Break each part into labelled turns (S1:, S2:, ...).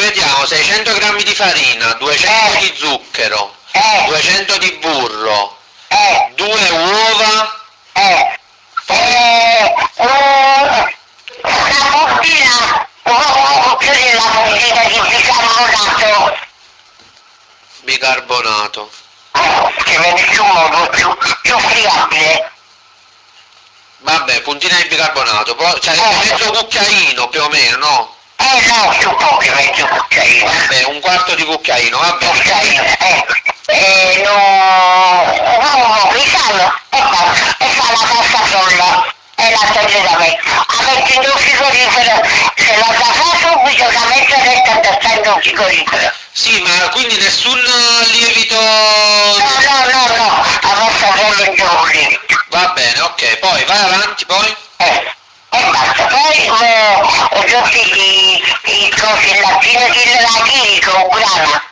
S1: 600 grammi di farina, 200
S2: Eh.
S1: di zucchero,
S2: eh,
S1: 200 di burro,
S2: eh,
S1: due uova,
S2: eh, eh, un- una bustina, un poco più della bustina di bicarbonato,
S1: bicarbonato.
S2: eh, che viene più modo, più, più friabile,
S1: Vabbè, puntina di bicarbonato, poi sarebbe
S2: Eh.
S1: mezzo cucchiaino più o meno, no?
S2: eh no, più pochi metti un cucchiaino,
S1: Vabbè, un quarto di cucchiaino, vabbè.
S2: cucchiaino, eh, e lo, uovo, pisano, e fa, e fa la pasta frolla, e la toglie da me, la metti in un frigorifero, se la da fa subito la metto retta da stare in un frigorifero.
S1: Sì, ma quindi nessun lievito...
S2: No, no, no, no, la vostra bella giovane.
S1: Va bene, ok, poi vai avanti, poi.
S2: Eh, e basta. Poi eh, ho tutti i, i cosi, il lattino di latini con grana.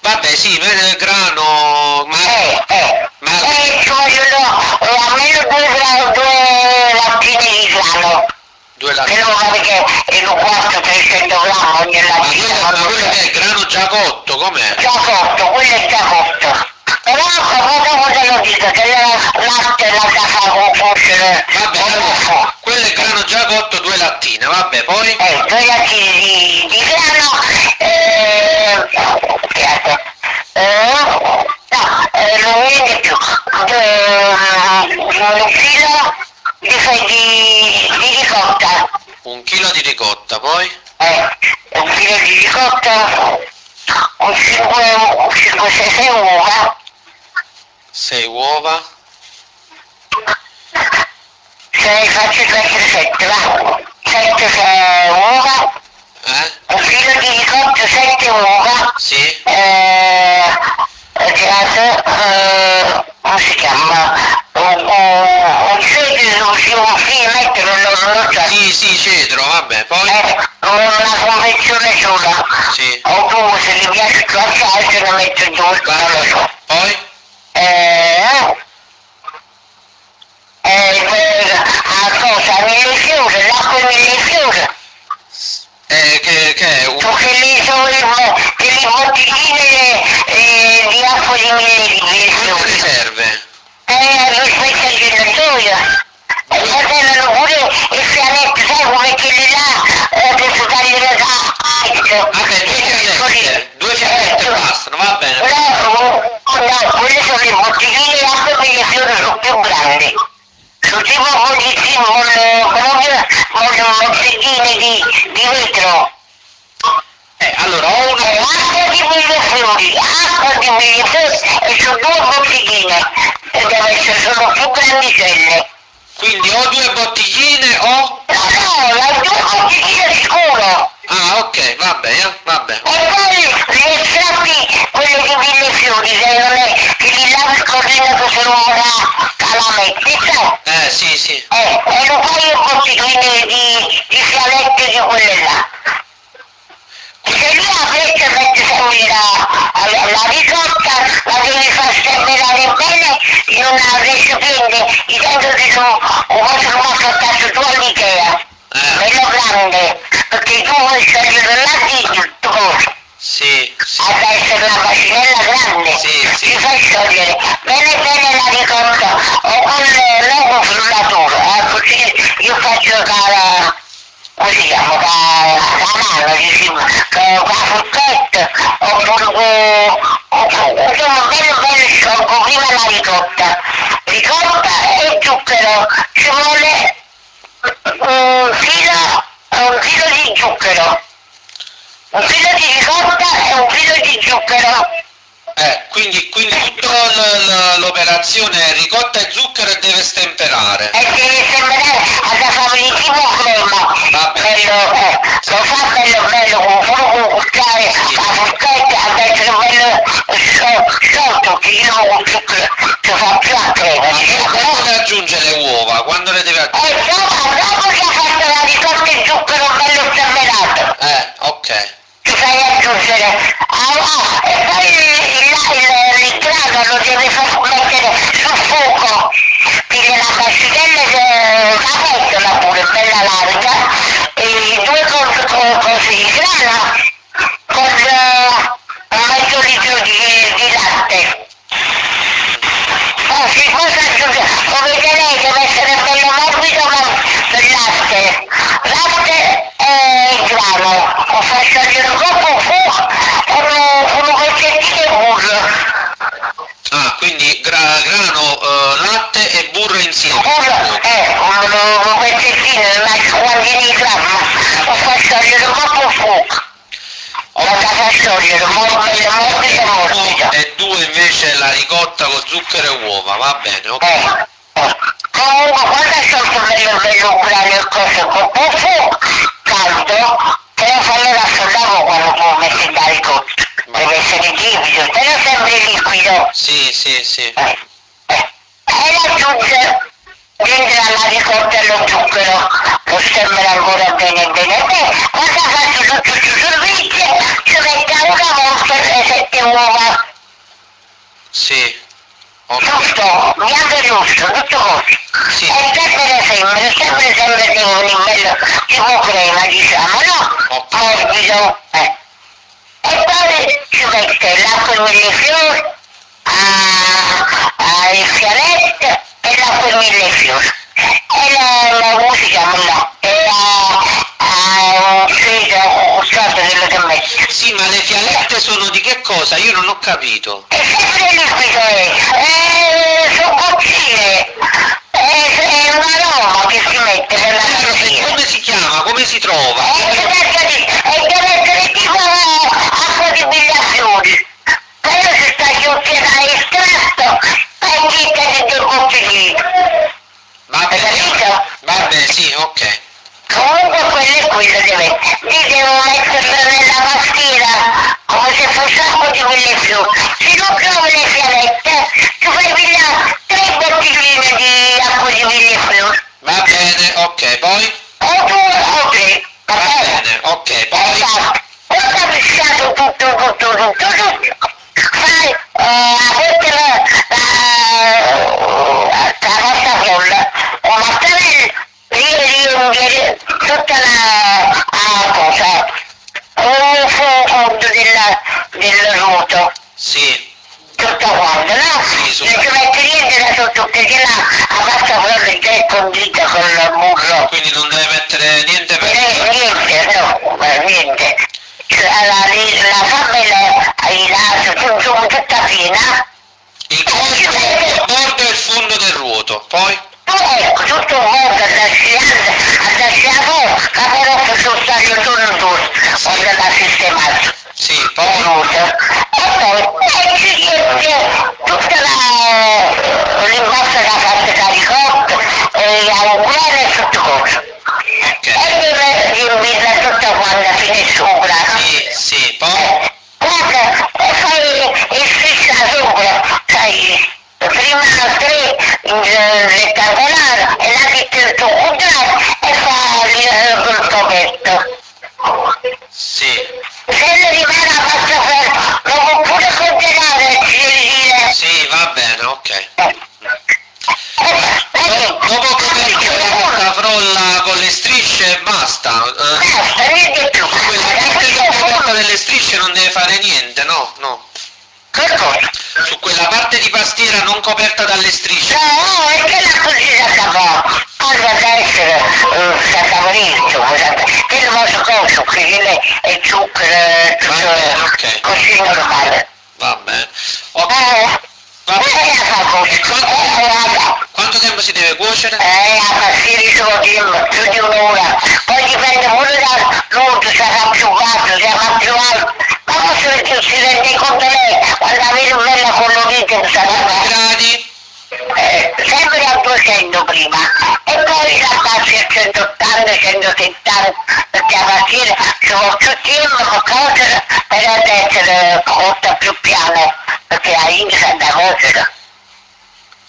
S1: Vabbè, sì, vede il grano, ma...
S2: Eh, eh.
S1: Ma-
S2: E ci vogliono eh, almeno due, gra- due lattini di grano.
S1: Due la...
S2: Che non vale che è un quarto 300 grammi ogni
S1: Ma quello, ma quello che è
S2: lattino.
S1: il grano già cotto, com'è?
S2: Già cotto, quello è già cotto. Però dopo cosa lo dico, che la latte la casa con forse
S1: Vabbè,
S2: con buffo.
S1: allora, quello è il grano già cotto, due lattine, vabbè, poi...
S2: Eh, due lattini di, di grano, eh, scusate, eh, no, eh, non niente più, eh, un filo di, fe- di, di ricotta,
S1: Un chilo di ricotta, poi...
S2: eh, un filo di ricotta, un 5, un 5, 6, 6 uova,
S1: Sei uova...
S2: se ne faccio 2, 3, 7, va, 7, 6 uova,
S1: Eh?
S2: un filo di ricotta, 7 uova,
S1: Sì?
S2: eh, creato, eh, come si chiama, un, un, un cedro, un fiumetto, non lo non lo so,
S1: Cioè, Sì, sì, cedro, vabbè, poi...
S2: eh, una confezione sola,
S1: Sì.
S2: oppure se gli piace qualcosa se ne metto due, non lo so.
S1: Poi?
S2: Eh, eh, poi la cosa, mille fiori, l'acqua e mille fiori,
S1: Eh, che, che è? Un...
S2: so che lì sono le- delle bottigline eh, di acqua di mille di mille
S1: Quante ne
S2: fiori.
S1: serve?
S2: Eh, rispetto al ghiacciaio. E potevano pure il fialetto, sai come quelli là, eh, per succhiare la carta.
S1: Vabbè, due fialette, due fialette bastano, va bene.
S2: No, oh, no, quelle sono le bottigline d'acqua per le fiori sono più grandi. Sono tipo bottigline, proprio, proprio bottigline di, di vetro.
S1: Eh, allora, ho una...
S2: Eh, acqua di mille fiori, acqua di mille fiori e su due bottigline. E deve essere solo più grandicelle.
S1: Quindi ho due bottigline o...
S2: No, no, la tua bottiglia di scuro
S1: Ah, ok, va bene, va bene.
S2: e poi gli estratti, quelli di mille fiori, se non è che li lavi il corrino che se non vorrà calametti, sai?
S1: Eh, sì, sì.
S2: Eh, e lo fai un bottiglino di, di fialette di quelle là. Se lì la freccia mette sempre la, la, la ricotta, la devi far sterminare bene in una recipiente, di dentro che sono un po' sul vostro cazzo tua l'idea.
S1: Eh,
S2: bello grande, perché tu vuoi scegliere l'addito, tu ad
S1: sì, sì.
S2: essere una bacinella grande,
S1: Sì, sì.
S2: ti fai sciogliere bene bene la ricotta, o con eh, l'uovo frullatura, eh, così io faccio cara, come si chiama, cara, canale, diciamo, cara fruttetta, oppure con, oppure, insomma, bello bello sciolgo prima la ricotta, ricotta e zucchero, ci vuole un filo, un filo di zucchero, un filo di ricotta e un filo di zucchero.
S1: Eh, quindi, quindi tutta l'operazione è ricotta e zucchero e deve stemperare.
S2: E deve sembrare alla famiglia crema.
S1: Vabbè.
S2: Bello, eh, lo fa bello bello, con fuoco cucchiare,
S1: Sì.
S2: la forchetta, ad essere bello scio- sciolto, che io con zucchero ci fa più a crema,
S1: Ma tu
S2: diciamo,
S1: quando
S2: no?
S1: deve aggiungere le uova? Quando le deve aggiungere?
S2: E dopo, dopo che ha fatto la ricotta e il zucchero bello sterminato,
S1: Eh, ok.
S2: ti fai aggiungere ah, ah, e poi il, il, il grano lo devi far mettere sul fuoco quindi la bacinella è una pentola pure bella larga e due cose co- cose di grano con eh, Ah,
S1: Ah, quindi gra- grano, eh, latte e burro insieme.
S2: Burro, eh, un, un, un pezzettino, una quantina di gramma, ho fatto togliere un po' più fuoco. Ho fatto togliere, molto bello, morbido, morbido. Eh,
S1: E due invece la ricotta con zucchero e uova, va bene, ok.
S2: eh. Comunque quando è stato bello bello grano e cose con più fuoco, caldo, te lo fai raffreddare quando tu metti in ricotta. Deve essere liquido, te lo sempre liquido.
S1: Sì, sì, sì.
S2: Eh, eh. E la giunge dentro alla ricotta e lo zucchero, lo sembra ancora bene bene bene. Quando faccio tutto il servizio, ci mette una volta le sette uova,
S1: Sì. Ok.
S2: giusto, bianco e rosso, tutto così.
S1: Sì.
S2: E perdere sempre, sempre sempre di un bello tipo crema, diciamo, no?
S1: Ok.
S2: Morbido, eh. E poi ci mette l'acqua mille fiori, ah, ah, il fialetto e l'acqua mille fiori. E la, la musica, no, e la, ah, sì, ho usato quello che metto.
S1: Sì, ma le fialette sono di che cosa? Io non ho capito.
S2: E sempre liquido è, eh, sono goccine, è, è un aroma che si mette nella
S1: Chiaro, Eh, e
S2: cucina.
S1: come si chiama? Come si
S2: E deve
S1: trova?
S2: essere tipo acqua di bigliazioni. Però se sta giocando estratto, fai niente di due bottiglie.
S1: Va
S2: Hai
S1: bene.
S2: capito?
S1: Va bene, sì, ok.
S2: Comunque quello è quello deve. Lì devo metterlo nella pastiera, come se fosse acqua di bigliazioni. Se non trovi le fialette, ti fai pigliare tre bottigline di acqua di bigliazioni.
S1: Va bene, ok, poi?
S2: O due o tre, va
S1: Va
S2: bene?
S1: bene, ok, poi?
S2: Esatto. Quando ha mischiato tutto, tutto, tutto, tutto, fai eh, a mettere la, la, eh, la nostra folla, la mattarella, riempiere tutta la, la cosa, un fondo del, del ruoto,
S1: Sì,
S2: tutto quanto, no?
S1: Sì, sì.
S2: Non ci metti niente da sotto perché la, la pasta frolla è già condita con il burro.
S1: quindi non deve mettere niente per...
S2: Eh, niente, no, ma niente. Cioè, la, la famiglia, i lati, sono tutta piena.
S1: Il bordo, il bordo e il fondo del ruoto, poi?
S2: Tu ecco, tutto un mondo addasciato, addasciato, camerotto sono stati solo due, quando l'ha sistemato.
S1: Sì, poi?
S2: Venuto. E poi, e ci chiede tutta la l'imposta che ha fatto Caricotto, e al guerra e tutto cosa.
S1: Ok.
S2: E deve riempirla tutta quanta fino in sopra.
S1: Sì,
S2: Eh,
S1: sì, poi?
S2: Guarda, e fai il fissa sopra, sai, prima la tre in eh, rettangolare e la mette il tuo quadrato e fa il eh, col coperto.
S1: Sì,
S2: Se ne rimane la pasta ferma, lo può pure congelare, ci devi dire.
S1: sì, va bene, ok.
S2: Eh, eh,
S1: Dopo dopo che metti la frolla con le strisce, basta. eh,
S2: Basta, niente di più.
S1: quella parte che
S2: Questo è
S1: ti porta
S2: buono.
S1: delle strisce non deve fare niente, no, no.
S2: Che cosa?
S1: Su quella parte di pastiera non coperta dalle strisce.
S2: No, è che la cucina stava quando ad essere sacamorizzo, che il vostro corso, cucina e zucchero, eh,
S1: Va bene, ok.
S2: tutto così normale.
S1: Cioè, Va bene. Ok,
S2: Eh,
S1: va bene.
S2: eh, la fa così, eh, la-
S1: Quanto tempo si deve cuocere?
S2: eh, la pastiera sono di- più di un'ora, poi dipende pure da l'orto, se sarà più basso, se sarà più alto, ma forse si rende conto lei, quando avete una bella colorita, sarà
S1: I gradi?
S2: Eh, sempre a 200 prima e poi la passi a 180, 170 perché a partire ci vuole più tempo con cose per essere cotta più piano perché a indice è da cose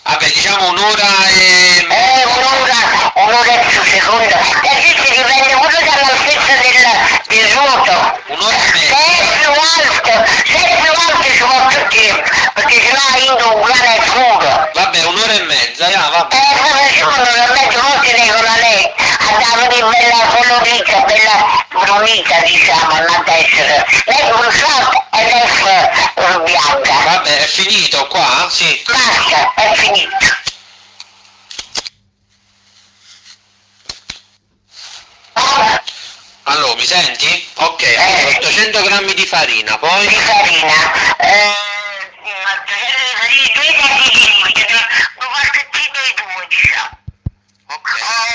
S1: Vabbè, diciamo un'ora e...
S2: eh, un'ora, un'ora e più secondo e sì si dipende pure dall'altezza del, del ruoto
S1: un'ora e
S2: se
S1: mezza.
S2: è più alto se è più alto ci vuole più tempo perché sennò a indice uguale è fuoco
S1: Vabbè, un'ora e mezza, ja, va
S2: Eh,
S1: bene.
S2: professore, non metto molti regola lei, andava di bella colorita, bella brunita, diciamo, la destra. Lei bruciata e lei eh, bianca.
S1: Vabbè, è finito qua? Sì.
S2: Basta, è finito. Ora,
S1: Allora, mi senti? Ok, allora, 800 grammi di farina,
S2: di
S1: poi...
S2: farina, eh, 800 litri di
S1: Niente.
S2: Eh,